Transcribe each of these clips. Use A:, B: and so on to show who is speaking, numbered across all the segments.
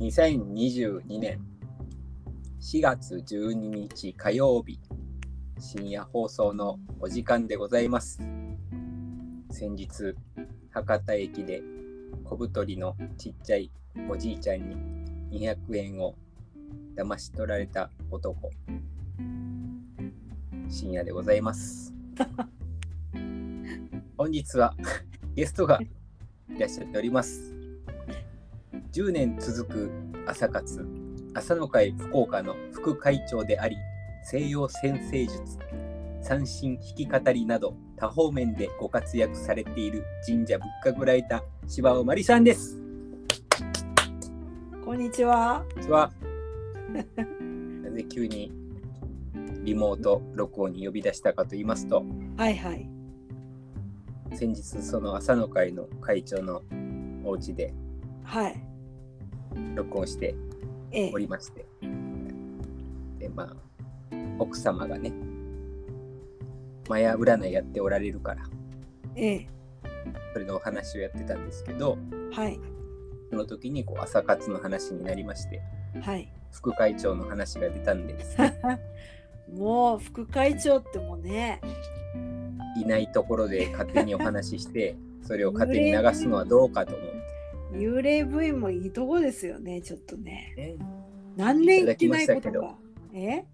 A: 2022年4月12日火曜日深夜放送のお時間でございます先日博多駅で小太りのちっちゃいおじいちゃんに200円を騙し取られた男深夜でございます本日はゲストがいらっしゃっております10年続く朝活朝の会福岡の副会長であり西洋先生術三振弾き語りなど多方面でご活躍されている神社仏閣ライター柴尾真理さんです。
B: こんにちは。
A: こんにちはなぜ急にリモート録音に呼び出したかと言いますと
B: はいはい。
A: 先日その朝の会の会長のお家で
B: はい。
A: 録音して
B: ええ
A: お。りまして、でまあ奥様がねマヤ占いやっておられるから
B: ええ。
A: それのお話をやってたんですけど
B: はい。
A: その時にこう朝活の話になりまして
B: はい。
A: 副会長の話が出たんです
B: もう副会長ってもうね。
A: いないところで勝手にお話ししてそれを勝手に流すのはどうかと思って、
B: 幽霊部員もいいとこですよね。ちょっとね。
A: ね、
B: 何年行ってないこ
A: いただきましたけ
B: と
A: ど
B: か。え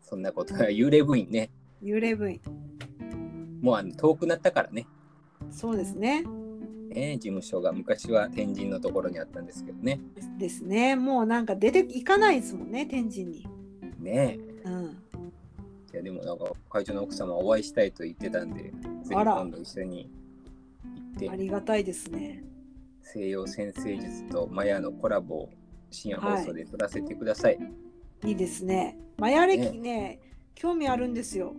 A: そんなことは幽霊部員ね
B: 幽霊部員。
A: もうあの遠くなったからね
B: そうですね。
A: ね事務所が昔は天神のところにあったんですけどね
B: ですね。もうなんか出ていかないですもんね。天神に。
A: ねえ
B: うん。
A: いやでもなんか会長の奥様お会いしたいと言ってたんで、ぜひ
B: あら
A: 今度一緒に行
B: あ
A: って、
B: りがたいですね。
A: 西洋先生術とマヤのコラボを深夜放送で撮らせてください。
B: いいですね。マヤ歴ね。興味あるんですよ。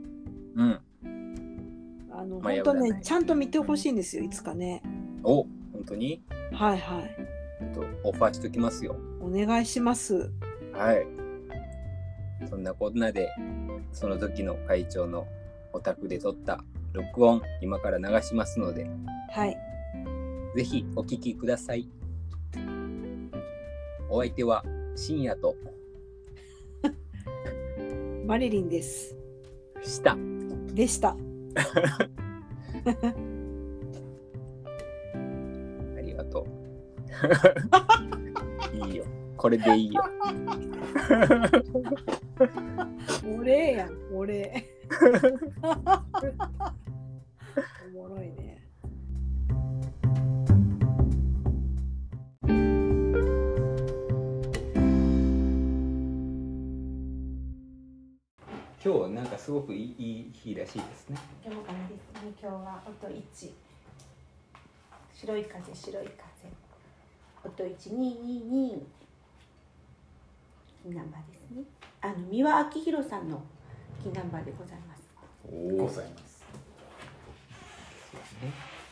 A: うん。
B: あの、
A: マヤ
B: 本当
A: 占
B: ね、
A: い
B: ちゃんと見てほしいんですよ。いつかね。
A: お本当に
B: はいはい。
A: ちょっとオファーしときますよ。
B: お願いします。
A: はい。そんなこんなで、その時の会長のお宅で撮った録音、今から流しますので、
B: はい。
A: ぜひお聞きください。お相手は深夜と
B: マリリンです。
A: した。
B: でした。
A: ありがとう。 いいよ。これでいいよ。
B: お礼やん、お礼。おもろいね。
A: 今日はなんかすごくいいいい日らしいですね。
C: 今日からですね今日は音1白い風白い風音1222ナンバーですねあの三輪明宏さんのキナンバーでございます
A: おお。
D: ございます。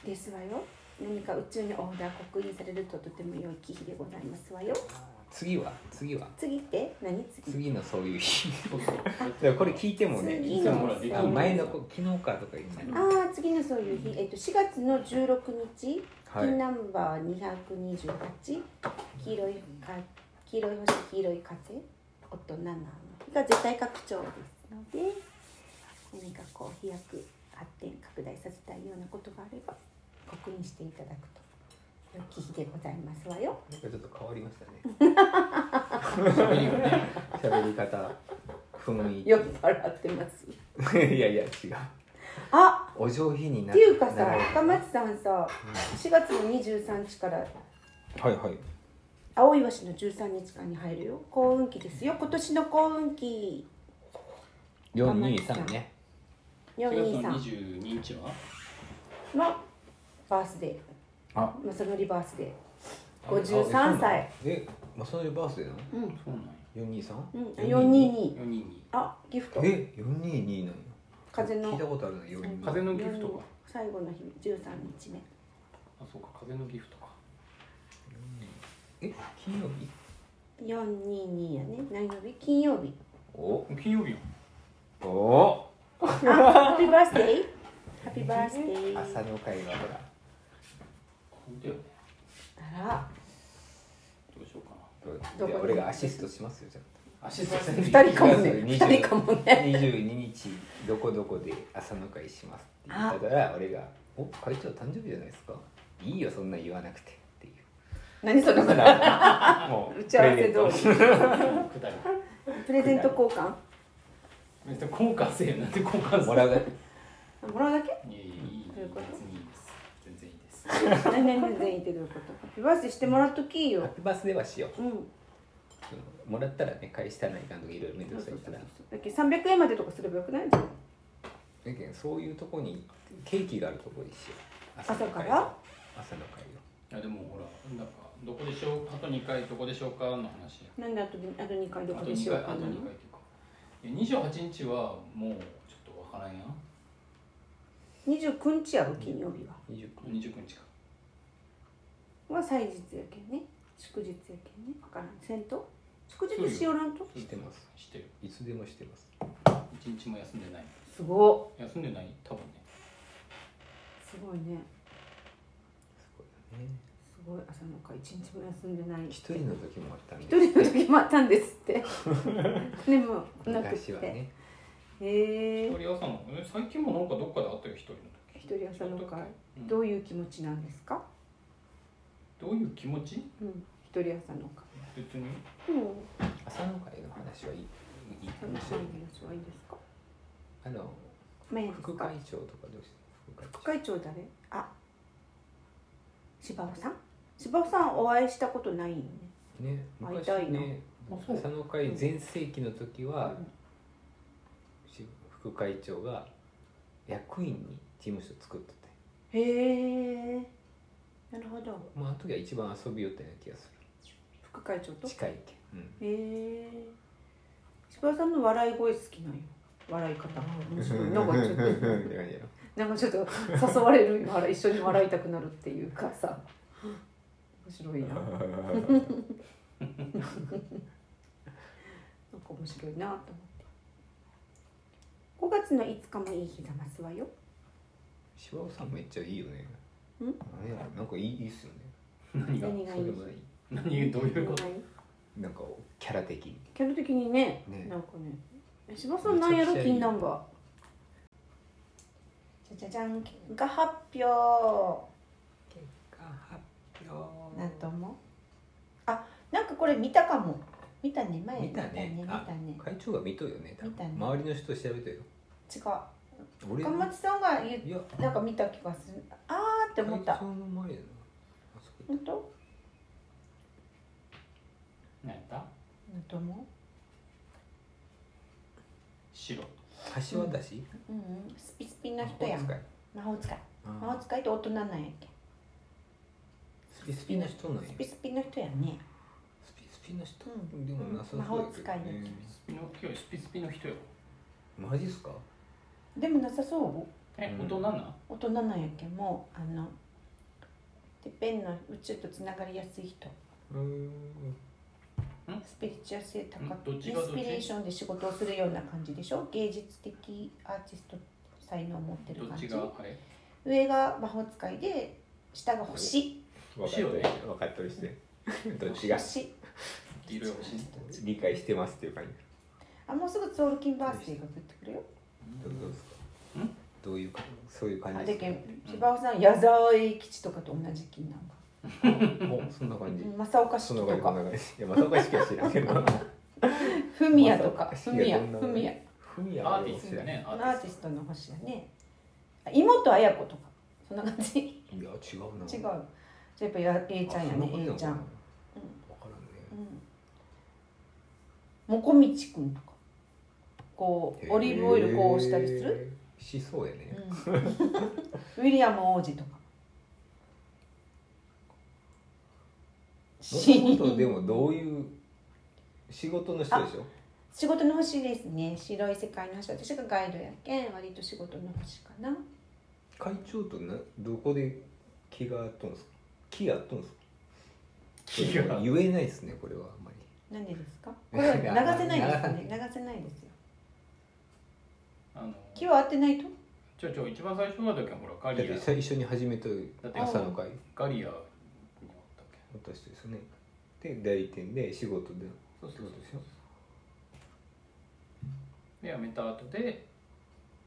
C: ですわよ何か宇宙にオーダー刻印されるととても良い忌避でございますわよ
A: 次は次は
C: 次って何次
A: 次のそういう日。でもこれ聞いてもね、
C: 次
A: いつ
C: の
A: もあ前のこ昨日かとか言って、
C: ああ次のそういう日、えっと、4月の16日
A: はい
C: 金ナンバー228黄色いか黄色い星黄色い風音7の日が絶対拡張ですので何かこう飛躍発展拡大させたいようなことがあれば刻印していただくと良き日でございますわよ
A: なんかちょっと変わりま したね。喋り方、雰
C: 酔っ払ってます
A: 囲 気。いやいや違う。
C: あ
A: お上品に
C: っ
A: な
C: ていうか
A: な
C: さ
A: られ
C: 深松さんさ4月の23日から
A: はいはい。
C: 青いわしの13日間に入るよ幸運期ですよ今年の幸運期
A: 四二三ね。
D: 4月の
C: 423
D: 22日は
C: のバースデ
A: あ、
C: ーまさのりバースデー53歳。
A: え、まあそれバースデーなの？
C: うん
D: そうなんや。
A: 四二三？
C: うん422
D: 422。
C: あギフト
A: え、四二二なの？
C: 風
A: 聞いた
C: の
A: ことあるな、四二。
D: 風のギフト
C: 422
D: か。
C: 最後の日13日目
D: あ、そうか、風のギフトか。
A: え、金曜日？
C: 422やね何曜日金曜日
A: お、
D: 金曜日やん。
A: お。
C: ハッピーバースデーハッピーバースデー
A: 朝
C: あ
A: の会はほら。
D: 本当やね。
C: ら
D: どうしよ
C: どこ
A: いや
C: に
A: 俺がアシストしますよじゃ
D: アシスト戦で
C: 二人かもね
A: 20
C: 二人かも
A: あ
C: ね
A: 22日どこどこで朝の会しますって言ったから俺が「お会長誕生日じゃないですかいいよそんな言わなくて」っていう
C: 何それ
A: だからもう
C: 打ち合わせ通
A: プ
C: り
A: レゼント
D: くだり
C: プレゼント交換
D: 別に交換せえよなんで交換する
A: もらうだけ
C: もらうだけ
D: いやいやいい
C: どういうこと
D: 別にいいです全然いいです
C: 何々全員ってどういうことハッピーバースデーしてもらっときいい
A: ハッ
C: よ
A: ピーバースデーはしよ
C: うん
A: うもらったらね返したらいかんとかいろいろ面
C: そう
A: 倒く
C: そ
A: さいか
C: うそう
A: ら
C: だっけ300円までとかすればよくないじゃん
A: だけどそういうとこにケーキがあるとこにしよう
C: 朝から
A: 朝の会を
D: いやでもほらなんかどこでしょうあと二回どこでしょうかの話や
C: なんであとであと2回
D: あと
C: どこで
D: 2
C: しよう
D: 回
C: か
D: あと
C: な
D: 二回っていうかいや28日はもうちょっとわからんやん
C: 29日やろ金曜日は
A: 29
D: 29日か
C: は祭日やけんね祝日やけんねわからんせんと祝日しよらんと
A: してます
D: してる
A: いつでもしてます
D: 一日も休んでない
C: すご
D: 休んでない多分ね
C: っすごいね
A: すごいよね
C: すごい朝の会一日も休んでない
A: 一人の時もあったんで
C: 一人の時もあったんですって でもなくっ
A: 昔
C: て、
A: はね
C: へ
D: 一
C: え
D: 人朝のえ最近もなんかどっかであったよ一人の時
C: 一人朝の会
D: うん
C: どういう気持ちなんですか、
D: どういう気持ち
C: うん、一人朝の会
D: 別に
C: うん
A: 朝の会の話はいいいい
C: 朝の
A: 面
C: 会
A: 白い
C: の
A: ね
C: 話はいいですか
A: あの
C: まあいいです
A: 副
C: か
A: 会長とかどうして
C: 副会長誰あ芝生さん芝生さんお会いしたことないよね
A: 長ね
C: 会い
A: 昔
C: たいな
A: ね
D: あそう
A: 朝の会全盛期の時は、し副会長が役員に事務所作ってて
C: へえなるほど
A: まああの時は一番遊びよったような気がす
C: 副会長と
A: る
C: へ
A: 近いけん、うん
C: え芝生さんの笑い声好きなんよ笑い方が面白いなんかちょっと
A: って感じやろ
C: なんかちょっと誘われるよ一緒に笑いたくなるっていうかさ面白いななんか面白いなと思って5月の5日もいい日ざますわよ
A: 芝生さんめっちゃいいよねあ
C: ん
A: れやなんかいいいいっすよね
D: 何が
C: 何がいい
A: そうでもない
D: 何どういうこと
A: なんかキャラ的に
C: キャラ的にね
A: ね
C: なんかねえ柴田さんなんやろ
A: めちゃくちゃいい
C: 金ナンバーじゃじゃじゃん結果発表
A: 結果発表
C: なんと思うあなんかこれ見たかも見たね前
A: 見たね
C: 見たね見たね
A: 会長が見とるよね多分
C: 見たね
A: 周りの人調べとるよ
C: 違う
A: 俺
C: 岡松さんが言っ
A: いや
C: なんか見た気がするあーって
A: 会
C: 思っ
A: 長
C: た
A: の前だなあそこ
C: 本当
D: 何やった
C: なんと思
D: 白
A: 橋渡し
C: ううんうんスピスピな人や
A: 魔
C: ん
A: 法使い
C: 魔法使い
A: あー
C: 魔法使いって大人なんやっけ
A: スピスピの人なんや
C: スピスピの人やね
A: スピスピの人
C: うん
A: でもなさそうやけどね
C: 魔法使いの人
D: スピノキオスピスピの人よ
A: マジっすか
C: でもなさそう
D: え
A: うん
D: 大人な
C: 大人なんやっけもうあのてっぺんの宇宙とつながりやすい人
A: うーん
C: スピリチュア性高く
D: んどっちがど
C: イン
D: っち
C: スピレーションで仕事をするような感じでしょ芸術的アーティスト才能を持ってる
D: ど
C: 感
D: っ
C: じ
D: ちがあれ
C: 上が魔法使いで下が星
A: 分かっとる分かっとるしてどっちが
C: 星
D: 黄色い星
A: 理解してますっていう感じ
C: あもうすぐソウルキンバースデーが出てくるよ
A: どうどうですか
D: ん
A: どういうかそういう感
C: あ
A: じ
C: で
A: です
C: け
A: か
C: ん芝生さん矢沢永吉とかと同じ金なんか
A: おそんな感じ
C: 正岡
A: そ
C: 式
A: の
C: と
A: ぐらいこん
C: か
A: な感じいやまさかしか知らんけど
C: 文也とか
A: 正岡
C: 文
A: 式はど
C: 也
A: んな
C: 文也
A: ふみや
D: アーティストね
C: アー
D: アー
C: テ
D: テ
C: ィス
D: ィス
C: トの星やねあ妹綾子とかそんな感じ違う
A: いや違うな
C: じゃあやっぱや A ちゃんや
A: あそ
C: ね
A: なことなの
C: A ちゃんうん
A: わからんね
C: うんもこみちくんとかこうオリーブオイルこうしたりする、
A: へーしそうやね、
C: うんウィリアム王子とか
A: もともとでもどういう仕事の人でしょ
C: 仕事の星ですね白い世界の星私がガイドやけん割と仕事の星かな
A: 会長となどこで気があったんですか気があったんですか
D: 気が
A: 言えないですねこれはあんまり
C: 何でですかこれは流せないですね流せないですよ
D: あの
C: 気は合ってないと
D: ちょちょ一番最初はだけどほらガ
A: だっ
D: リア
A: てさ一緒に始めた
D: だって
A: 朝の会
D: ガリアにおったっけ
A: 私とですねで代理店で仕事で
D: そうそう
A: 仕事でしょ
D: で辞めた後で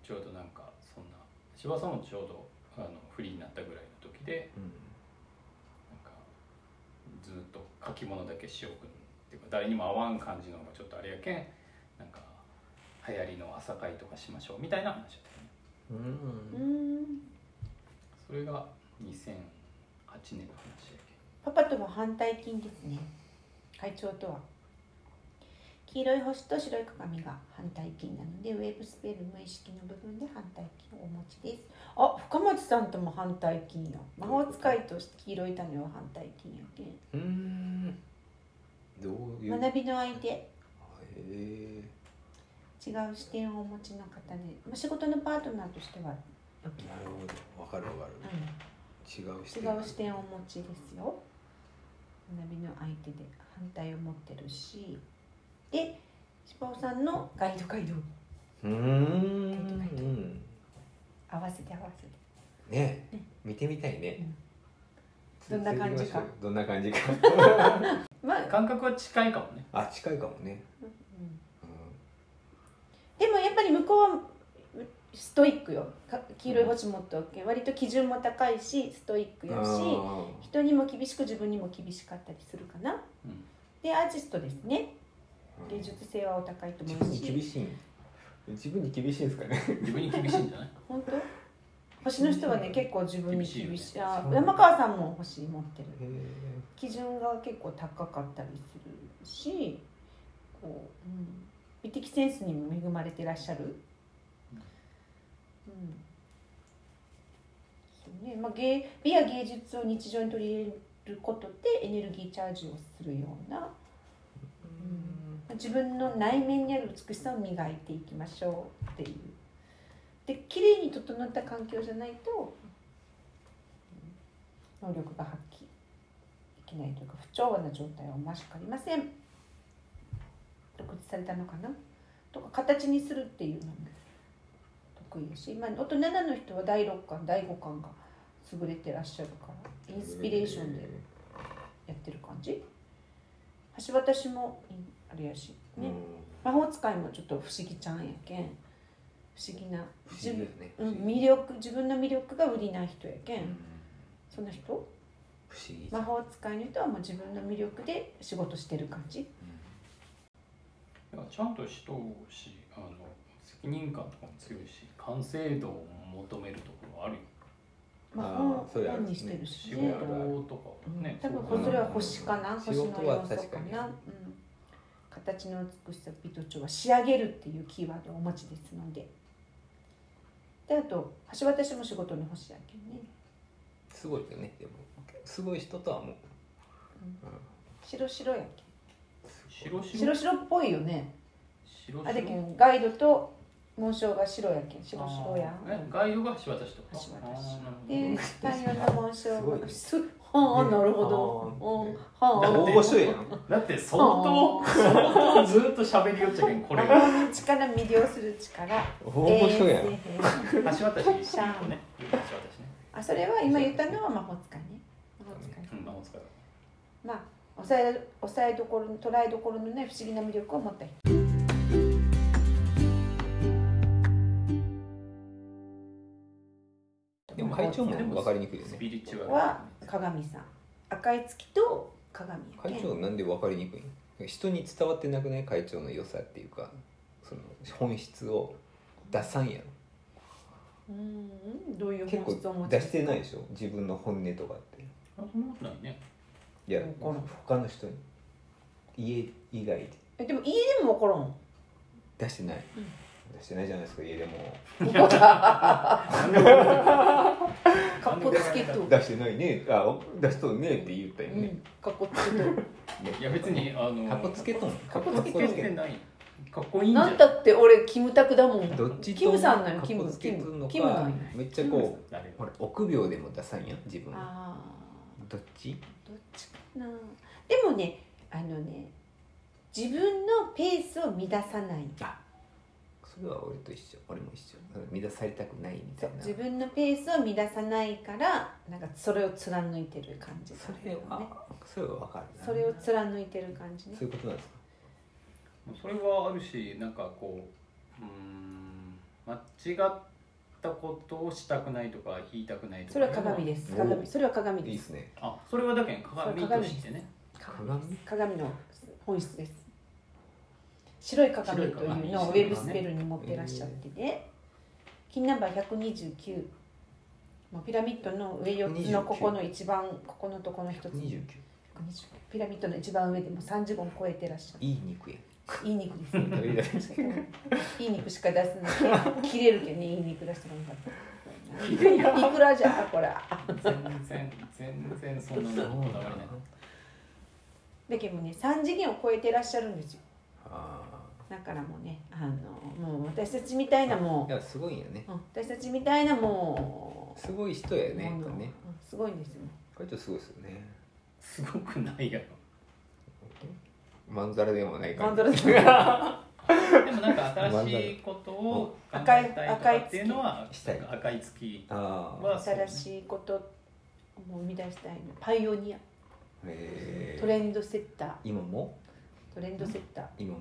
D: ちょうどなんかそんな柴さんもちょうどあのフリーになったぐらいの時で
A: う
D: なんかずっと書き物だけしようくんっていうか誰にも合わん感じのがちょっとあれやけんなんか流行りの朝会とかしましょうみたいな話だったよ
A: ん
D: ね
A: うん
C: うん
D: それが2008年の話やけん
C: パパとも反対金ですね会長とは黄色い星と白い鏡が反対金なのでウェブスペル無意識の部分で反対金をお持ちですあ深町さんとも反対金よ魔法使いと黄色い種は反対金やけん
A: うーんどういう
C: 学びの相手
A: へ
C: 違う視点をお持ちの方で、まあ、仕事のパートナーとしては、
A: えなるほどわかるわかる
C: うん、
A: 違う視
C: 違
A: 点
C: う視点をお持ちですよ学びの相手で反対を持ってるしで芝尾さんのガイドガイド
A: うーん
C: 合わせて合わせて
A: ね見てみたいね
C: どんな感じか
A: どんな感じ か
C: まあ、
D: 感覚は近いかも ね
A: あ近いかもね
C: う
A: う
C: んでもやっぱり向こうはうストイックよか黄色い星持っておけ割と基準も高いしストイック
A: ん
C: やし
A: あ
C: 人にも厳しく自分にも厳しかったりするかな、
D: うん
C: でアーティストですね
A: ー
C: 芸術性はお高いと
A: 自
C: 思
A: 分
C: う
A: に
C: し
A: 厳しいん自分に厳しいんですかね
D: 自分に厳しいんじゃない
C: 本当星の人はね結構自分に厳しい
D: 厳しい
C: あ
A: そう
C: 山川さんも星持ってる
A: へ
C: 基準が結構高かったりするしこう、うん、美的センスにも恵まれてらっしゃる、
D: うん
C: うんそうねまあ、芸美や芸術を日常に取り入れることでエネルギーチャージをするような自分の内面にある美しさを磨いていきましょうっていうで綺麗に整った環境じゃないとうん能力が発揮できないというか不調和な状態はおましくありません独立されたのかなとか形にするっていうのも得意だし、まあ、大人の人は第六感第五感が優れてらっしゃるからインスピレーションでやってる感じ橋渡しもいあれやしね、魔法使いもちょっと不思議ちゃんやけん不思議な
A: 不
C: 自
A: 思議
C: 分
A: だよね
C: うん、魅力自分の魅力が売りな人やけん、
A: うん
C: その人
A: 不思議
C: 魔法使いの人はもう自分の魅力で仕事してる感じ
D: いやちゃんとしとうしあの責任感とかも強いし完成度を求めるところはあるよ
C: 魔
A: あー
C: 法
A: それある
C: 本にしてるし、
D: 仕
C: ね
D: 事とかはね、
C: 多分
D: そ
C: これ
D: うかな
C: それは星かな、
A: うん
C: 星の
A: 仕
C: 要素
A: 事
C: か
A: は確か
C: な、
A: に
C: うん、形の美しさ美と調は仕上げるっていうキーワードをお持ちですのでであと橋渡しも仕事の星やけんね
A: すごいよねでもすごい人とはもう
C: 白白や
D: 白
C: けん
D: 白
C: 白白っぽいよね
D: 白
C: あでけ
D: 白
C: んガイドと紋章が白やけん白白やん
D: あーえガイドが橋渡しとか
C: 橋渡し
D: あーなるほど
C: で太陽の紋章
A: すごい
C: が
A: ね
C: すほん
A: ね
C: なるほどほん
A: ね
C: ほ
D: だ
A: 大
D: って
A: 御所やん
D: だって相当相当ずっと喋りよっちゃけんこ
C: ん
D: れ
C: 魔
D: が
C: 法の力魅了する力
A: 大御所やん
C: 永遠性
D: 橋渡しね
C: シャン
D: 橋渡しね
C: あそれは今言ったのは魔法使いね魔法使い
D: うん魔法使い
C: まあ抑え抑えどころ捉えどころのない不思議な魅力を持った人
A: でも会長も分かりにくいよ
D: ス
A: ね
D: ピリチュア
C: は鏡さん赤い月と鏡やけん
A: 会長なんで分かりにくいの人に伝わってなくない会長の良さっていうかその本質を出さんやろ
C: うんうんどういう
A: 結
C: 本質を持
A: 構
C: ち
A: 出してないでしょ自分の本音とかって
D: ルあそんなことないね
A: いや
C: わからん
A: 他の人に家以外で
C: えでも家でも分からん
A: 出してない、
C: うん
A: 出してないじゃないですか家でも
C: かっこつけと、
A: 出してないねあ出しとるねって言ったよ
C: う
A: ね、
C: ん、かっこつけと
D: いや別にあの
A: かっこつけとん
D: かっこつけてないかっこいいんじゃ
C: なんんだって俺キムタクだもん
A: どっちと
C: キムさんなんよ
A: か
C: キ
A: っこ
C: ム
A: つ
C: キ
A: けとんの
C: ム
A: か
C: キムなんよ
A: めっちゃこう
D: 誰
A: ほら臆病でも出さんやん自分
C: ああ
A: どっち
C: どっちかなでもねあのね自分のペースを乱さない
A: あそそれは俺と一緒俺も一緒うん乱されたくないみた
C: そう
A: いな
C: 自分のペースを乱さないからなんかそれを貫いてる感じ
A: そ
C: がある
A: れ
C: よね
A: はそれは分かるな
C: それを貫いてる感じね
A: そういうことなんですか
D: それはあるしなんかこううーん間違ったことをしたくないとか言いたくないとか
C: それは鏡です
A: お
C: 鏡それは鏡
A: いい
C: で
A: ですすね
D: あそれはだけん
C: そ
D: 鏡
C: れは
D: と
C: 鏡
D: してね
A: 鏡
C: 鏡の本質です白い鏡というのをウェブスペルに持ってらっしゃってて金ナンバー129もうピラミッドの上4つのここの一番ここのとこの一つ
A: 29
C: 129ピラミッドの一番上でもう30本超えてらっしゃる
A: いい肉や
C: いい肉ですね
A: 食べたい
C: いい肉しか出すの切れるけどねいい肉出してもらったいくらじゃこら
D: 全然全然そんなのこだわりない
C: だけどもね3次元を超えてらっしゃるんですよ
A: あ
C: だからもうねあのもう私たちみたいなも
A: あいやすごいんやね
C: ううん私たちみたいなも
A: すごい人や
C: う
A: ねやっ
C: も
A: ぱ
C: の
A: ね
C: うんすごいんですよ
A: これちょっとすごいですよね
D: すごくないやろ
A: まんざらでもない
C: マ
A: 感
C: ン
A: じ
C: ドラさん
D: でもなんか新しいことを考え
C: 漫
D: た
C: 才
D: いとかっていうのは
A: したい
D: 赤い月
A: ああ
D: はそう
C: 新しいことを生み出したいのパイオニア
A: へえ
C: トレンドセッター
A: 今も
C: トレンドセッター
A: 今も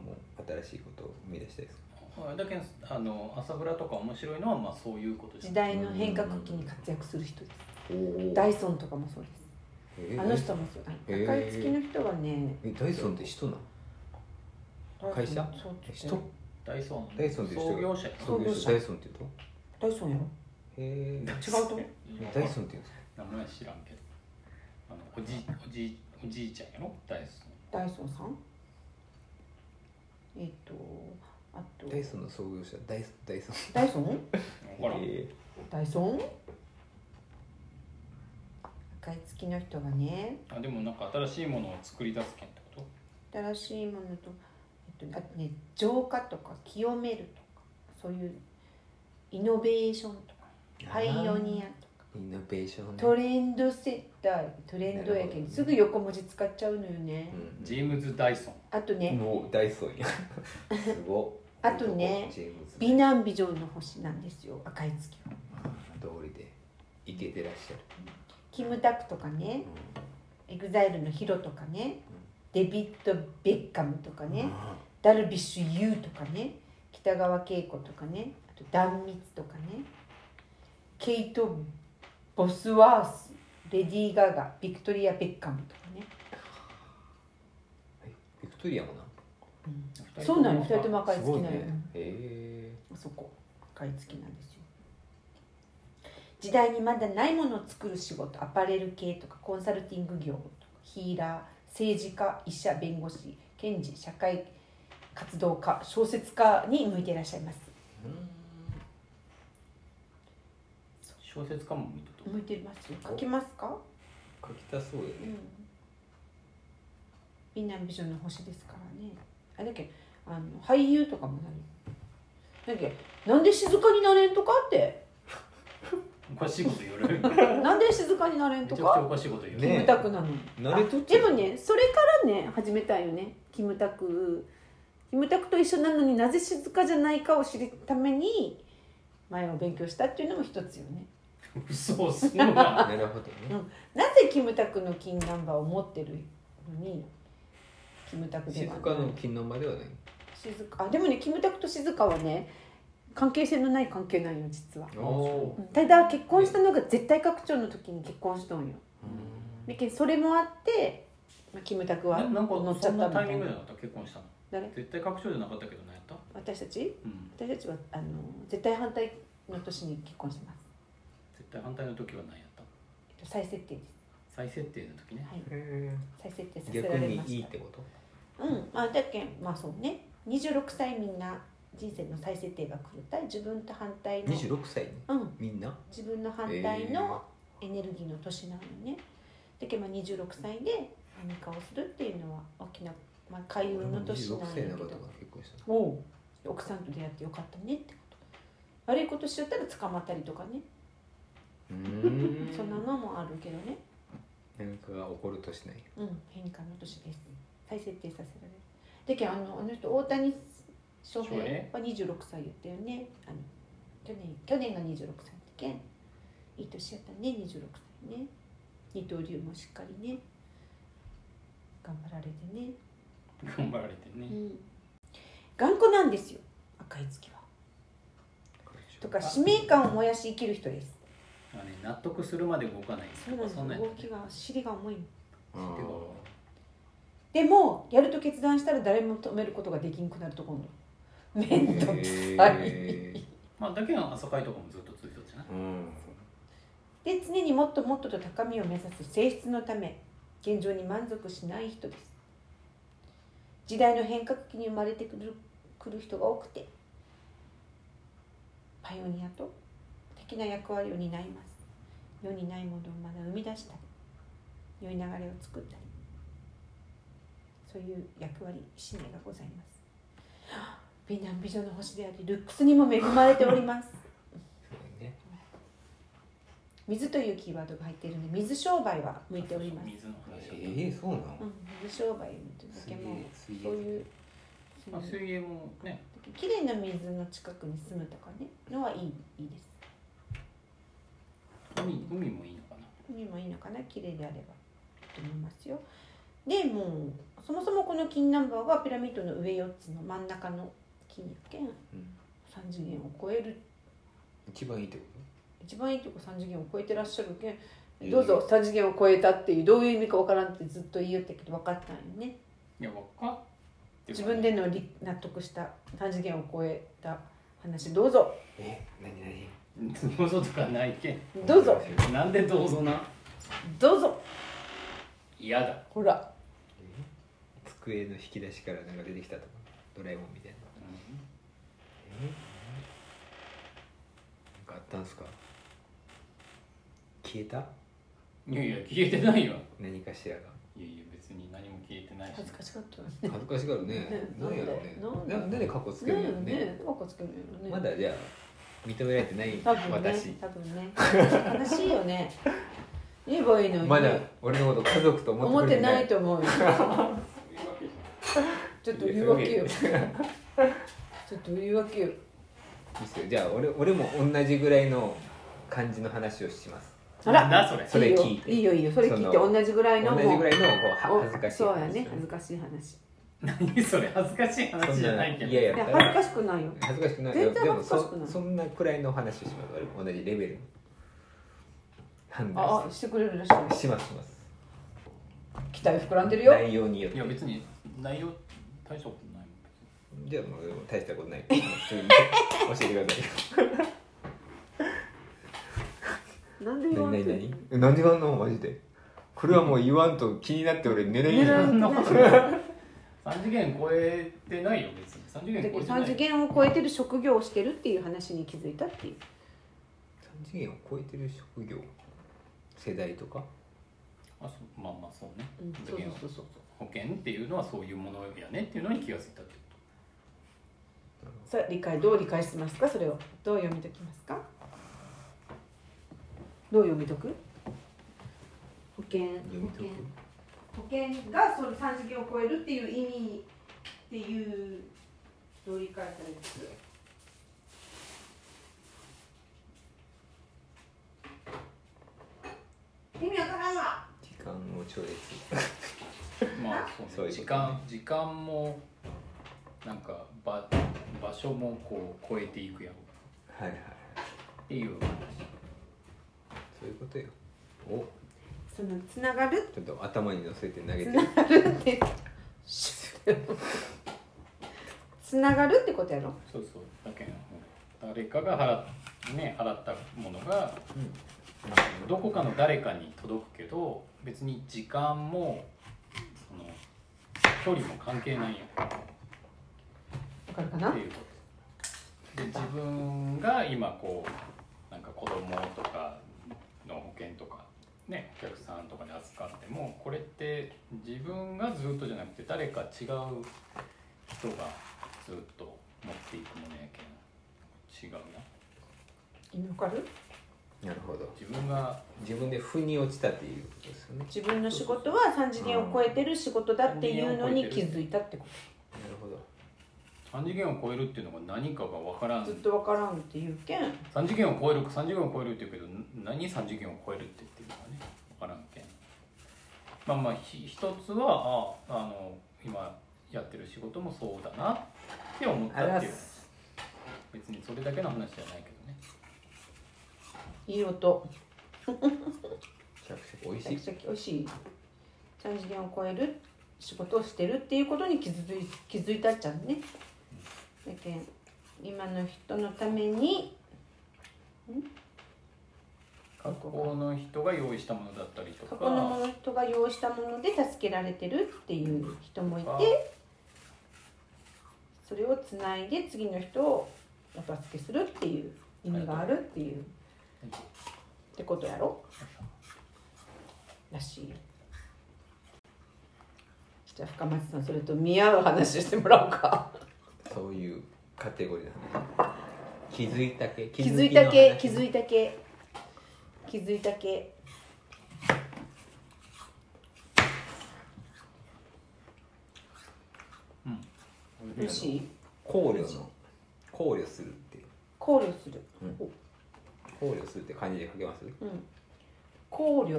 A: 新しいことを生み出したいです
D: はいだけどあの朝倉とか面白いのはまあそういうことです
C: 時代の変革期に活躍する人です
A: おお
C: ダイソンとかもそうですあの人もそう
A: へー
C: 赤い月の人はね
A: えダイソンって人なの会社
C: そう
A: え人
D: ダイソン
A: ダイソンっていう人が
D: 創業者や
A: 創業者ダイソンって言うと
C: ダイソンやろ
A: へえ
C: 違うと思う
A: ダイソンって言うんですか
D: 名前知らんけどあのおじおじおじいちゃんやろダイソン
C: ダイソンさんえっ、とあと
A: ダイソンの創業者ダイソンダイソン
C: ダイソン
D: ほら、
A: え
C: ダイソン赤い月の人がね
D: あでもなんか新しいものを作り出すけんってこと
C: 新しいものと,、えっと、あとね浄化とか清めるとかそういうイノベーションとか
A: ー
C: パイオニアとか
A: イノベーションね
C: トレンドセッタートレンド
A: な
C: やけ
A: るほ
C: ん
A: ど
C: すぐ横文字使っちゃうのよね、
A: うん
D: ジェームズ・ダイソン
C: あとね
A: もうダイソンやすごい
C: あとね
A: ジェームズ
C: 美男美女の星なんですよ赤い月は
A: 通りでイケてらっしゃる
C: キムタクとかねエグザイルのヒロとかねデビッド・ベッカムとかねダルビッシュ有とかね北川景子とかねあと壇蜜とかねケイト・ボスワースレディー・ガガビクトリア・ベッカムとかね
A: ビクトリアもな
C: そうなの2
D: 二
C: 人とも赤い
A: す
C: 月
A: ごい
C: なのよ、
A: ねへ
C: あそこ買い付きなんですよ時代にまだないものを作る仕事アパレル系とかコンサルティング業とかヒーラー政治家医者弁護士検事社会活動家小説家に向いていらっしゃいます
A: え
D: 小説家も見とと
C: 向いてますよ書きますか、
A: 書きたそうよ
C: う
A: ね
C: ん、美男美女の星ですからねあだっけあの俳優とかもなるだっけなんで静かになれんとか って
D: おかしいこと言うめち
C: なんで静かになれん
D: ゃく
C: と
D: ち
C: か
D: ゃおかしいこと言う、
A: ね
C: キムタクなの。
A: 慣れとっ
C: でもね、それからね、始めたいよね。キムタク。キムタクと一緒なのになぜ静かじゃないかを知るために。前を勉強したっていうのも一つよね。
D: 嘘すんな
A: なるほどね
C: なぜキムタクの金ナンバーを持ってるのに。キムタク
A: 静
C: ではない
A: かの金の間ではない
C: 静か。あ、でもね、キムタクと静かはね。関係性のない関係なんよ、実は。
A: お
C: うんただ結婚したのが絶対拡張の時に結婚しとんよ。でけんそれもあって。まあ、キムタクは
D: ななんか
C: 乗っちゃ
D: そ
C: っ
D: ん
C: た
D: な
C: み
D: タ
C: た
D: イミ
C: い
D: ングじゃ
C: な
D: な。かった結婚したの
C: 誰
D: 絶対拡張じゃなかったけど何やった
C: 私たち
D: うん
C: 私たちはあの絶対反対の年に結婚してます、
D: 絶対反対の時は何やった
C: えっと、再設定です
D: 再設定の時ね
C: はい再設定させ
A: 逆
C: られ
A: に
C: ました
A: いいってこと
C: うんあだっけんまあそうね26歳みんな人生の再設定が来るたい自分と反対の
A: 26歳に
C: うん
A: みんな
C: 自分の反対のエネルギーの年なのね、だけんまあ26歳で何かをするっていうのは大きな、まあ、開運の年なん
A: 26
C: だけ
A: 歳の方
C: ど
A: が結婚した
C: おう奥さんと出会ってよかったねってこと悪いことしちゃったら捕まったりとかね
A: うーん
C: そんなのもあるけどね
A: なんかが起こるとしない
C: うん、変化の年です。再設定させられる。だけどあのあの人大谷翔平
D: 翔平
C: は26歳やったよねあの去年去年が26歳だけんいい年やったね26歳ね二刀流もしっかりね頑張られてね、
D: 頑張られて
C: う
D: ね。
C: ん、頑固なんですよ赤い月はとか使命感を燃やし生きる人です
D: まあね、納得するまで動かない。
C: そうなんです
D: んなや
C: 動
D: つ
C: きが尻が重いの
A: うん
D: てか
C: でもやると決断したら誰も止めることができなくなると今度めんどくさい、
A: へー
D: まあ、だけど朝会とかもずっとついてたじゃない。
A: うん
C: で常にもっともっとと高みを目指す性質のため現状に満足しない人です時代の変革期に生まれてくるくる人が多くてパイオニアと的な役割を担います世にないものをまだ生み出したり良い流れを作ったりそういう役割使命がございます 美男美女の星でありルックスにも恵まれております
A: そうね
C: 水というキーワードが入っているので水商売は向いております、
D: 水の話だっ
A: えー、そうなの
C: うん、水商売というだ
A: すげ
C: け
A: え
C: も
A: すげえ
C: そういうそ
D: た。
C: の
D: まあ、水泳もね、
C: きれいな水の近くに住むとかねのはいいいいです
D: 海、海もいいのかな。
C: 海もいいのかなきれいであればと思いますよでもうそもそもこの金ナンバーはピラミッドの上4つの真ん中の金やけん
A: うん
C: 3次元を超える
A: 一番いいってこ
C: 一番いいとこ3次元を超えてらっしゃるけん
A: ええ
C: どうぞ3次元を超えたっていうどういう意味かわからんってずっと言いよったけど分かったんよね
D: いや、わかってる
C: 自分での理納得した3次元を超えた話どうぞ
A: とえ何何
D: どうぞとかないけん。
C: どうぞ
D: なんでどうぞな。
C: どうぞ
D: 嫌だ。
C: ほら
A: え机の引き出しからなんか出てきたとかドラえもんみたいな
D: うん
A: えなんかあったんすか消えた
D: いやいや、消えてないよ。
A: 何かしらが
D: いやいや、別に何も消えてないし
C: 恥。ずかしかった
A: 恥ずかしがるね
C: ね
A: なんやろね
C: なんで
A: ななんで過去つける
C: ね
A: んやろ
C: え
A: ね
C: ねえ赤つけるよね
A: まだじゃあ認められてない
C: 多分
A: 私
C: ね多分ね悲しいよね言えばいいのに
A: まだ俺のこと家族と思
C: 思
A: っ
C: って
A: くれ
C: て
A: てな
C: ないいと思うよちょっと言い訳よちょっと言い訳よ
A: いいっすよじゃあ俺俺も同じぐらいの感じの話をします
C: あ
D: なん
C: ら
D: だそれ。
A: それ聞いて
C: いいよいいよそれ聞いて
A: その
C: 同じぐら
A: 同
C: い
A: じ
C: の
A: ぐらいのこうは
C: お
A: 恥ずかしい
C: そうやね恥ずかしい話
D: 何それ恥ずかしい
A: そ
D: 話
A: ん
D: じゃ
A: な
D: ないけど
A: 嫌や
C: い
A: っ
C: や
A: た
C: 恥ず
A: ら
C: かしくないよ
A: 恥ずかしくない
C: 全然
A: でも
C: 恥ずかしくな
A: そ
C: い
A: そんなくらいの話をします俺同じレベルの判
C: あ
A: 断
C: あ
A: し
C: してくれるらしい
A: ますしますします
C: 期待膨らんでるよ
A: 内容によって
D: いや別に内容大したことないもん
A: じゃあもうでも大したことないもう普通に教えてください
C: なんで言わ
A: 何
C: んと
A: 何何え何があんのマジでこれはもう言わんと気になって俺寝れん
C: 寝られ
A: よ
C: ん
D: そん
C: な
D: ないことない3次元超えてないよ別に3次
C: だけ
D: 元超
C: ど
D: えてない
C: 3次元を超えてる職業をしてるっていう話に気づいたっていう
A: 3次元を超えてる職業世代とか
D: あそうまあまあそうね、
C: うん
D: 三次元は
C: そうそうそう
D: 保険っていうのはそういうものやねっていうのに気がついたってこ
C: さあ理解どう理解しますかそれをどう読み解きますかどう読み解く保険
A: 読み解く
C: 保険保険がその3次元を超えるっていう意味っていうどう理解されます意味わからんわ
A: 時間を超越
D: とまあそう,、ね、
A: そういうことね
D: 時間時間もなんか場場所もこう超えていくやろ
A: はいはい
D: っていう話
A: そういうことよお
C: そのつながる
A: ちょっと頭に乗せて投げて
C: つながるってシュッつながるってことやろ
D: そうそうだけど誰かが払っ,、ね、払ったものがどこかの誰かに届くけど別に時間もその距離も関係ないよ
C: わかるかな
D: っていうことで自分が今こうなんか子供とかの保険とかねお客さんとかに扱ってもこれって自分がずっとじゃなくて誰か違う人がずっと持っていくものやけん違うな
C: 意味わかる
A: なるほど
D: 自分が
A: 自分で腑に落ちたっていうことですよね
C: 自分の仕事は3次元を超えてる仕事だっていうのに気づいたってこ
A: なるほど
D: 3次元を超えるっていうのが何かが分からん
C: ずっとわからんっていうけん
D: 3次元を超える3次元を超えるって言うけど何3次元を超えるって言ってるのかね分からんけんまあまあひ一つはああの今やってる仕事もそうだなって思ったっていう別にそれだけの話じゃないけどね
C: いい音
A: シャキシャキ美味
C: シ
A: し
C: ャ
A: い
C: キシャキ美味しい3次元を超える仕事をしてるっていうことに気づい気づいたっちゃうねだけん今の人のために
D: 過去の人が用意したものだったりと
C: 過
D: か
C: 去のもの人が用意したもので助けられてるっていう人もいてそれをつないで次の人をお助けするっていう意味があるっていうってことやろらしいよじゃあ深町さんそれと見合う話してもらおうか
A: そういうカテゴリーの話気づいたけ
C: 気づいたけ気づ
A: い
C: いたけ気づいたけ
D: うん
C: もし
A: 考慮の考慮するって
C: 考慮する、
A: うん考慮するって漢字で書けます
C: うん、考慮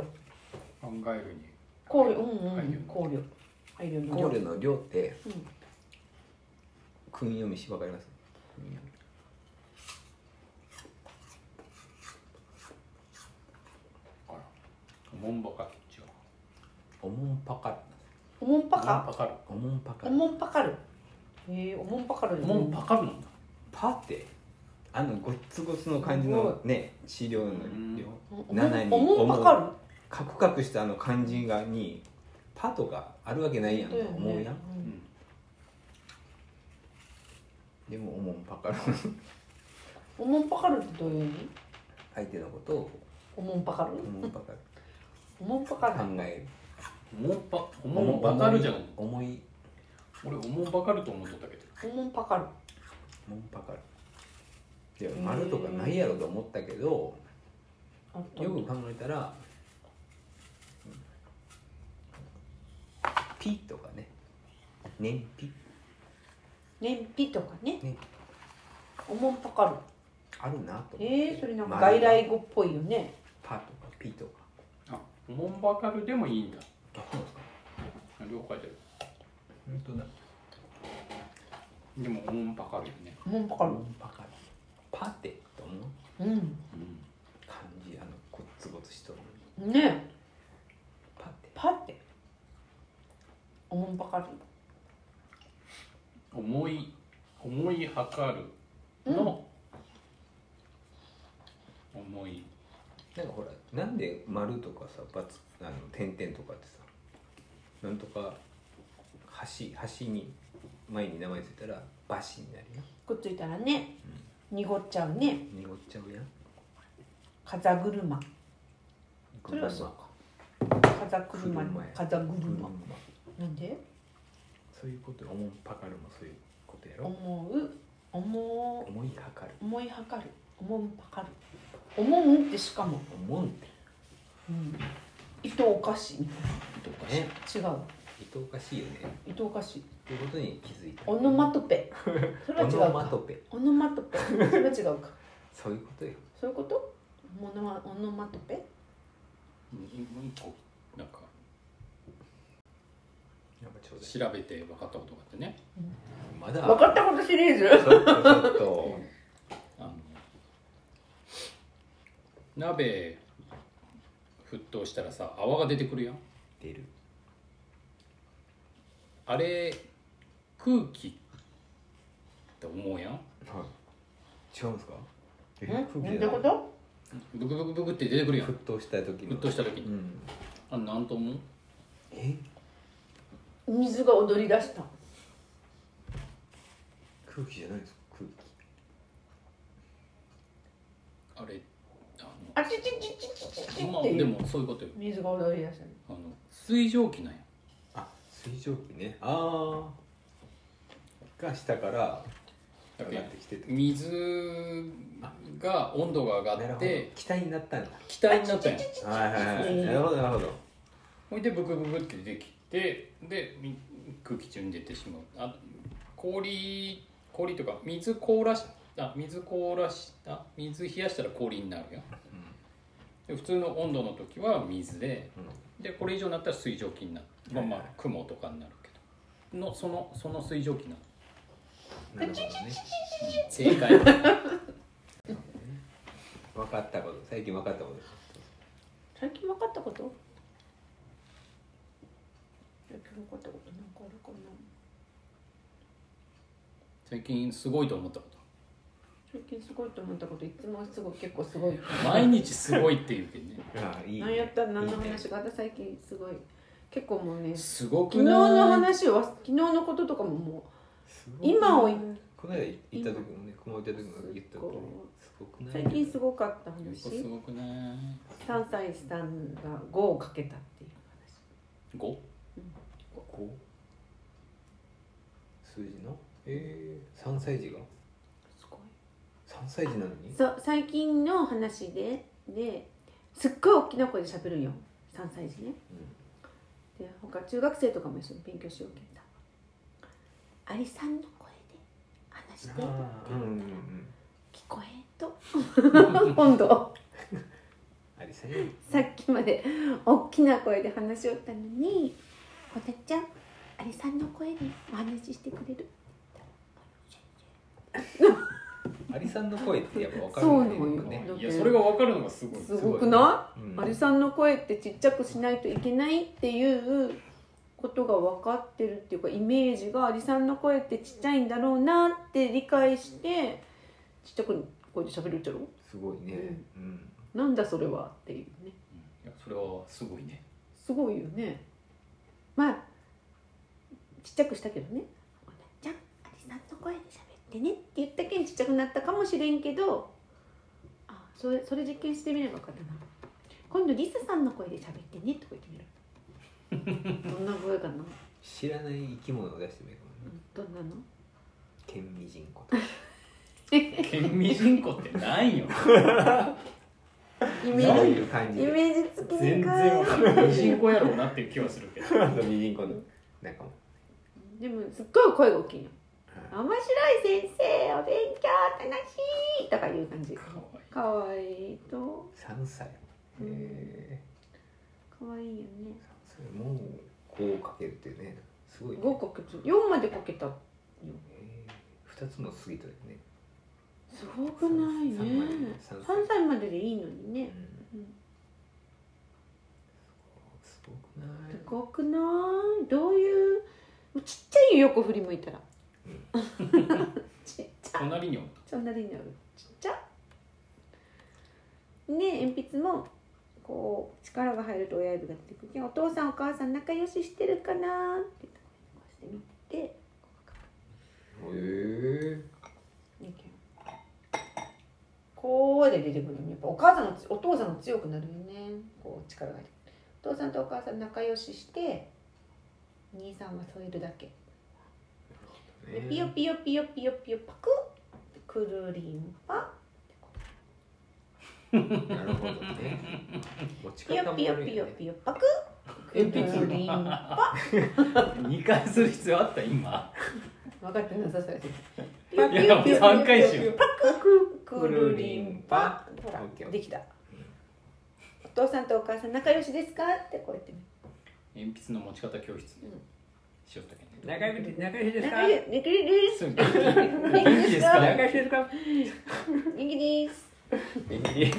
D: 考えるに
C: 考慮うんう
D: 配慮
C: ん考慮配慮の
A: 考
C: 量
A: 慮の量って
C: うん
A: 訓読みしわかります訓読み
D: あらおもんばか違う
A: おもんぱかる
C: おもんぱか
D: おもんぱ
A: おもんぱか
C: お
D: かる
A: る
C: もんぱかるへえおもんぱかる
D: おもんぱかるなんだ
A: パってあのごっつごつの漢字のね資料の量
C: おもん
A: 7に
C: おもんぱかる
A: カクカクしたあの漢字がにパとかあるわけないやんと思うやん、
D: うん
A: でもおもんぱかる
C: おもんぱかるってどういう意味
A: 相手のことを
C: おもんぱかる
A: おもんぱかる
C: おもんぱか
A: 考
C: る
A: え
D: おもんぱおもんばかるじゃん
A: 思い
D: 俺おもんばかると思っとったけど
C: おもんぱかる
A: 思いおもんぱかるいや丸とかないやろと思ったけど
C: あと
A: よく考えたら「ピ」とかね「燃費
C: 燃費とかね」
A: ね
C: おもんぱか
A: あるなと
C: る
A: 思って
C: えー、それなんか外来語っぽいよね
A: 「パ」とか「ピ」とか
D: あおもんばかるでもいいんだ
A: あそうですか
D: 両方書いてある
A: 本当だ
D: でもおもんばかるよね
C: おもん
A: 「
C: ぱ
A: お
C: か
A: も
C: る
A: んぱかる」「パ」ってどの
C: うん
D: うん
A: 漢字あのごっつごつしとるのに
C: ね
A: 「パ」って
C: パっておもんぱかる
D: 思い思いはかるの、思い
A: なんかほらなんで丸とかさバツあの点々とかってさなんとか橋橋に前に名前ついたら橋になるやん
C: くっついたらね濁っちゃうね
A: 濁っちゃうやん
C: 風車それはそう風車
A: 車や
C: 風
A: 車
C: 車なんで
A: そういうこと思うパカルもそういうことやろ
C: 思う思
A: 思いはかる
C: う思いはかる思うんぱかる思うんってしかも、
A: 思うんって
C: うん、糸おかしい
A: 糸おかしい
C: 違う
A: 糸おかしいよね
C: 糸おかし
A: っ
C: い
A: ていうことに気づいた
C: オノマトペそれは違
A: オ
C: う
A: ノマト
C: か
A: ペ
C: オノマトペそれは違うか
A: そういうことよ
C: そういうことモノマオノマトペ
D: もう一個なんか
A: なんかちょう
D: 調べて分かったことがあってね
A: どまだ
C: 分かったことシリーズ
A: ちょっとちょっと
D: あの鍋沸騰したらさ泡が出てくるやん
A: 出る
D: あれ空気って思うやん
A: はい違うんですかえ
C: ん
A: 空気じゃな
C: なんて
A: い
C: こと
D: ブクブクブクって出てくるや
A: 沸
D: ん
A: 騰した時の
D: 沸騰した時
A: う
D: に、
A: ん
D: あなんと思う
A: え
C: 水が踊り出した
A: 空気じゃないんですか空気
D: あれあの
C: あちちちちちちち
D: ま
C: っ
D: あ
C: てい
D: で
C: う
D: もそういうことよ
C: 水が踊り出した
D: あの水蒸気なんや
A: あ水蒸気ねああが下から
D: だ
A: 上
D: け
A: がっ
D: ど
A: てきてて
D: 水が温度が上
A: なる
D: がっ
A: ほど
D: て
A: 気体になったんだ
D: 気体になったんや
A: はいはいはいなるほどなるほど
D: ほいでブクブクってできてでみ空気中に出てしまうあ氷氷というか水凍らしあ水凍らした水冷やしたら氷になるよで普通の温度の時は水ででこれ以上になったら水蒸気になるまあまあ
A: はいはい
D: 雲とかになるけどのそのその水蒸気なの
A: うんなるほどね
D: 正解
A: 分かったこと最近分かったことです
C: 最近分かったこと最近分かったことなんかあるかな
D: 最近すごいと思ったこ
C: 最近すごいと思ったこといつもすごい結構すごい
D: と毎日すごいっていうけどね
A: ああいい
C: 何やったら何の
A: いいね
C: 話が私最近すごい結構もうね昨
D: すご
C: 日
D: くない
C: の話は昨日のこととかもも
A: す
C: う
A: ごい
C: 今を
A: この間行った時もね熊本行った時も言ったけどすごくない
C: 最近す
A: ご
C: ごかった
D: ゆうこ
C: 話
D: すごくない
C: 3歳さんが5をかけたっていう話
D: 5?
A: こう数字のええ三歳児が
C: すごい
A: 三歳児なのに
C: そう最近の話でですっごい大きな声で喋るんよ3歳児ね
A: う
C: で他中学生とかも一緒に勉強しようけんさアリさんの声で話してって
A: ん
C: 聞
A: ああうんうんうん
C: こえんと今度
A: ありさね
C: さっきまで大きな声で話しよったのに「こたちゃんアリさんの声でお話ししてくれる
A: ありさんの声ってやっぱ分かる
C: そうなのよ
A: ね
C: だっ
D: い
C: て
D: やそれが分かるのがすごい」
C: すごくな
A: う
C: い、
A: ん
C: アリさんの声ってちっちゃくしないといけないっていうことが分かってるっていうかイメージがアリさんの声ってちっちゃいんだろうなって理解してちっちゃく声で喋るっちゃろ
A: すごいねうん
C: なんだそれはっていうね
D: うんいやそれはすごい ね
C: すごいよねまあちっちゃくしたけどね「おなちゃんアリさんの声で喋ってね」って言ったけんちっちゃくなったかもしれんけどあそれそれ実験してみればよかったな今度リスさんの声で喋ってねとか言って みるどんな声かな
A: 知らない生き物を出してもいいかも ね
C: どんなの
A: ケンミジンコとか
D: 県民人口ってないよ
C: イ
A: どう
C: メー
A: いう感
C: ジ
A: じ
C: イ
A: で
C: メージつき
D: 全
C: に
D: 然
C: か
D: わ
C: い
D: かんない人口やろうなっていう気はするけど
A: あとミジンコの仲間
C: でもすっごい声が大きいよ
A: は
C: 面白い先生お勉強楽しいとかいう感じ
D: かわいい
C: かわいいと
A: い3歳へえ
C: かわいいよね
A: それもう5をかけるっていうねすごいね
C: 5かけて4までかけた
A: えー、2つも過ぎたよね
C: すごくないね
A: 三
C: 3歳まででいいのに
A: うん
C: ね
A: すごくない
C: すごくないどういうもうちっちゃいよ横振り向いたら ちっちゃ
D: 隣におった
C: そんなになるちっちゃね鉛筆もこう力が入ると親指が出てくるけんお父さんお母さん仲良ししてるかなってこうして見て
A: へ
C: こうで出てくるのにやっぱお母さんのつお父さんの強くなるよねこう力が入ってくるお父さんとお母さん仲良しして兄さんは添えるだけ
A: え
C: でピヨピヨピヨピヨピヨパクッくるりんぱ
A: なるほどね持ち方
C: ピヨ
A: も悪
C: ピ
A: い
C: ヨ
A: よね
C: ピヨピヨパクッくるりんぱ
D: 2回する必要あった今
C: 分かってなさそうやけどピ
D: いや3回しよう
C: パクッくるりんぱほ
A: オッケ
C: ら
A: ー
C: できたお父さんとお母さん仲良しですかってこうやって
D: 鉛筆の持ち方教室
C: うん
D: しよったけんね
A: 仲良し仲良しですか
C: 仲良しです
D: すぐ元気元気ですか
A: 仲良しですか
C: 人気です
A: 元気です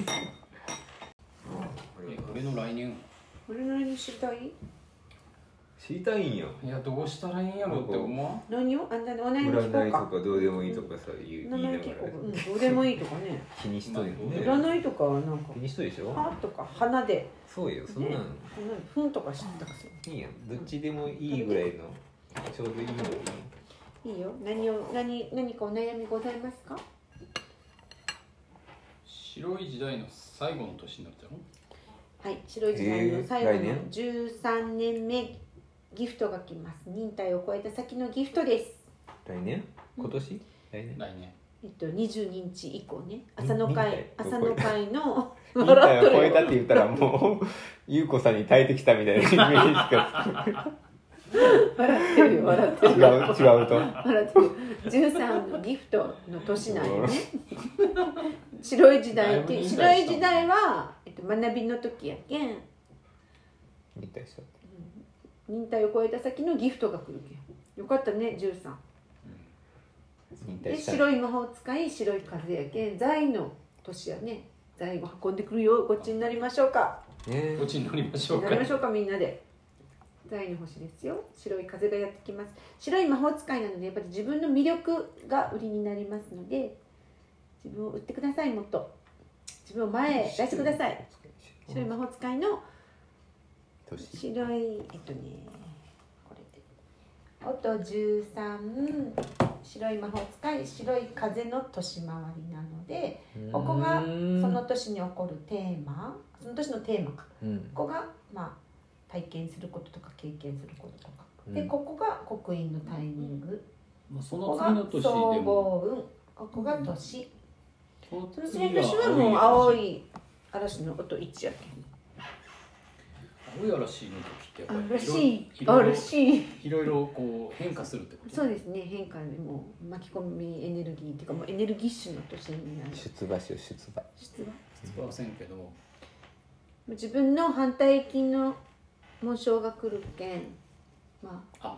D: え俺の来年
C: 俺の何知りたい
A: 知りたいんよ
D: いやどうしたらいいんやろって思わ
C: 何をあんたのお悩み聞こ
A: 占
C: う
A: いと
C: か
A: かどうでもいいとかさ言う言いなが
C: 占
A: ら
C: い聞こうかうんどうでもいいとかね
A: 気にしとるよね
C: 占いとかはなんか
A: 気にしとるでしょ
C: 歯とか鼻で
A: そうよそんなん
C: ふんとか知ったくせ
A: いいやんどっちでもいいぐらいのちょうどいいの
C: にいいよ何を何何かお悩みございますか
D: ん白い時代の最後の年になったの
C: はい白い時代の最後
A: えー
C: の
A: 来
C: 13年目ギフトが来ます忍耐を超えた先のギフトです
A: 来年今年来年
D: 来年
C: えっと22日以降ね朝の会
A: 忍
C: 朝
A: 耐
C: の会の
A: インタ
C: 笑っと
A: ーを
C: るよ
A: 超えたって言ったらもう優子さんに耐えてきたみたいなイメージがつく
C: 笑ってるよ笑って
A: 違
C: る
A: う
C: よ
A: 違うと
C: 笑ってるよ13のギフトの年なんよね白い時代って白い時代は、えっと、学びの時やけん
A: 引退しちゃっ
C: 忍耐を超えた先のギフトが来るけんよかったね13
A: た引退
C: で
A: した
C: 白い魔法を使い白い風やけん財の年やね財を運んでくるよごっちになりましょうか
A: ね
D: こっちに乗りましょう
C: な
D: か
C: りましょうかみんなで財の星ですよ白い風がやってきます白い魔法使いなのでやっぱり自分の魅力が売りになりますので自分を売ってくださいもっと自分を前へ出してください白い魔法使いの
A: 年
C: 白いえっとねこれで音13白い魔法使い白い風の年回りなのでここが
A: う
C: そ
A: ん
C: の年に起こるテーマその年のテーマか
A: うん
C: ここがまあ体験することとか経験することとか、
A: うん
C: でここが刻印のタイミング、
D: まあそ
C: ここ
D: の
C: が
D: 次の年で
C: 総
D: も
C: 合運ここが年、
D: その
C: その次の年はもう青い嵐の音1やけ
D: 青い嵐の時ってやっぱり
C: 嵐い
D: いろいろ
C: 嵐い
D: いろいろこう変化するってこと
C: そうですね変化でもう巻き込みエネルギーっていうかもうエネルギッシュの年になる
A: 出馬しよう出馬
C: 質は
D: 実はせんけど
C: 自分の反対金の紋章が来るけんまあ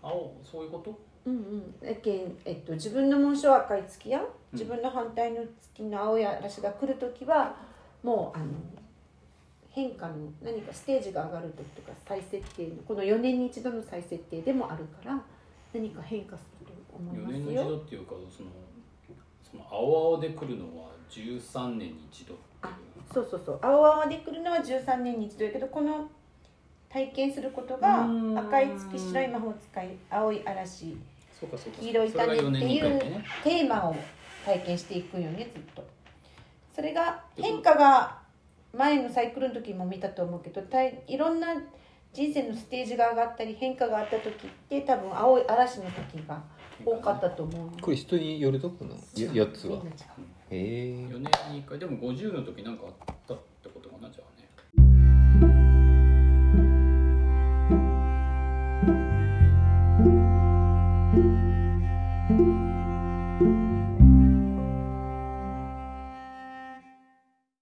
D: あ青そういうこと
C: うんうん、だけん、えっと、自分の紋章は赤い月や、自分の反対の月の青い嵐が来る時はもうあの変化の何かステージが上がる時とか再設定のこの4年に一度の再設定でもあるから何か変化すると思い
D: 4
C: ま
D: 年
C: す
D: に一度
C: よ。
D: っていうかそのその青々で来るのは13年に一度ってい
C: あ
D: う
C: そうそうそう青々で来るのは13年に一度やけどこの体験することが
D: うん
C: 赤い月白い魔法使い青い嵐
D: そうかそうか
C: 黄色い種っていう
D: それが四年に一回ってね
C: テーマを体験していくよねずっとそれが変化が前のサイクルの時も見たと思うけどたいいろんな人生のステージが上がったり変化があった時って多分青い嵐の時が多かったと思う
A: これ人によるとこのよ四つは
C: みんな違う
A: へえ
D: 4年に1回でも50の時なんかあったっ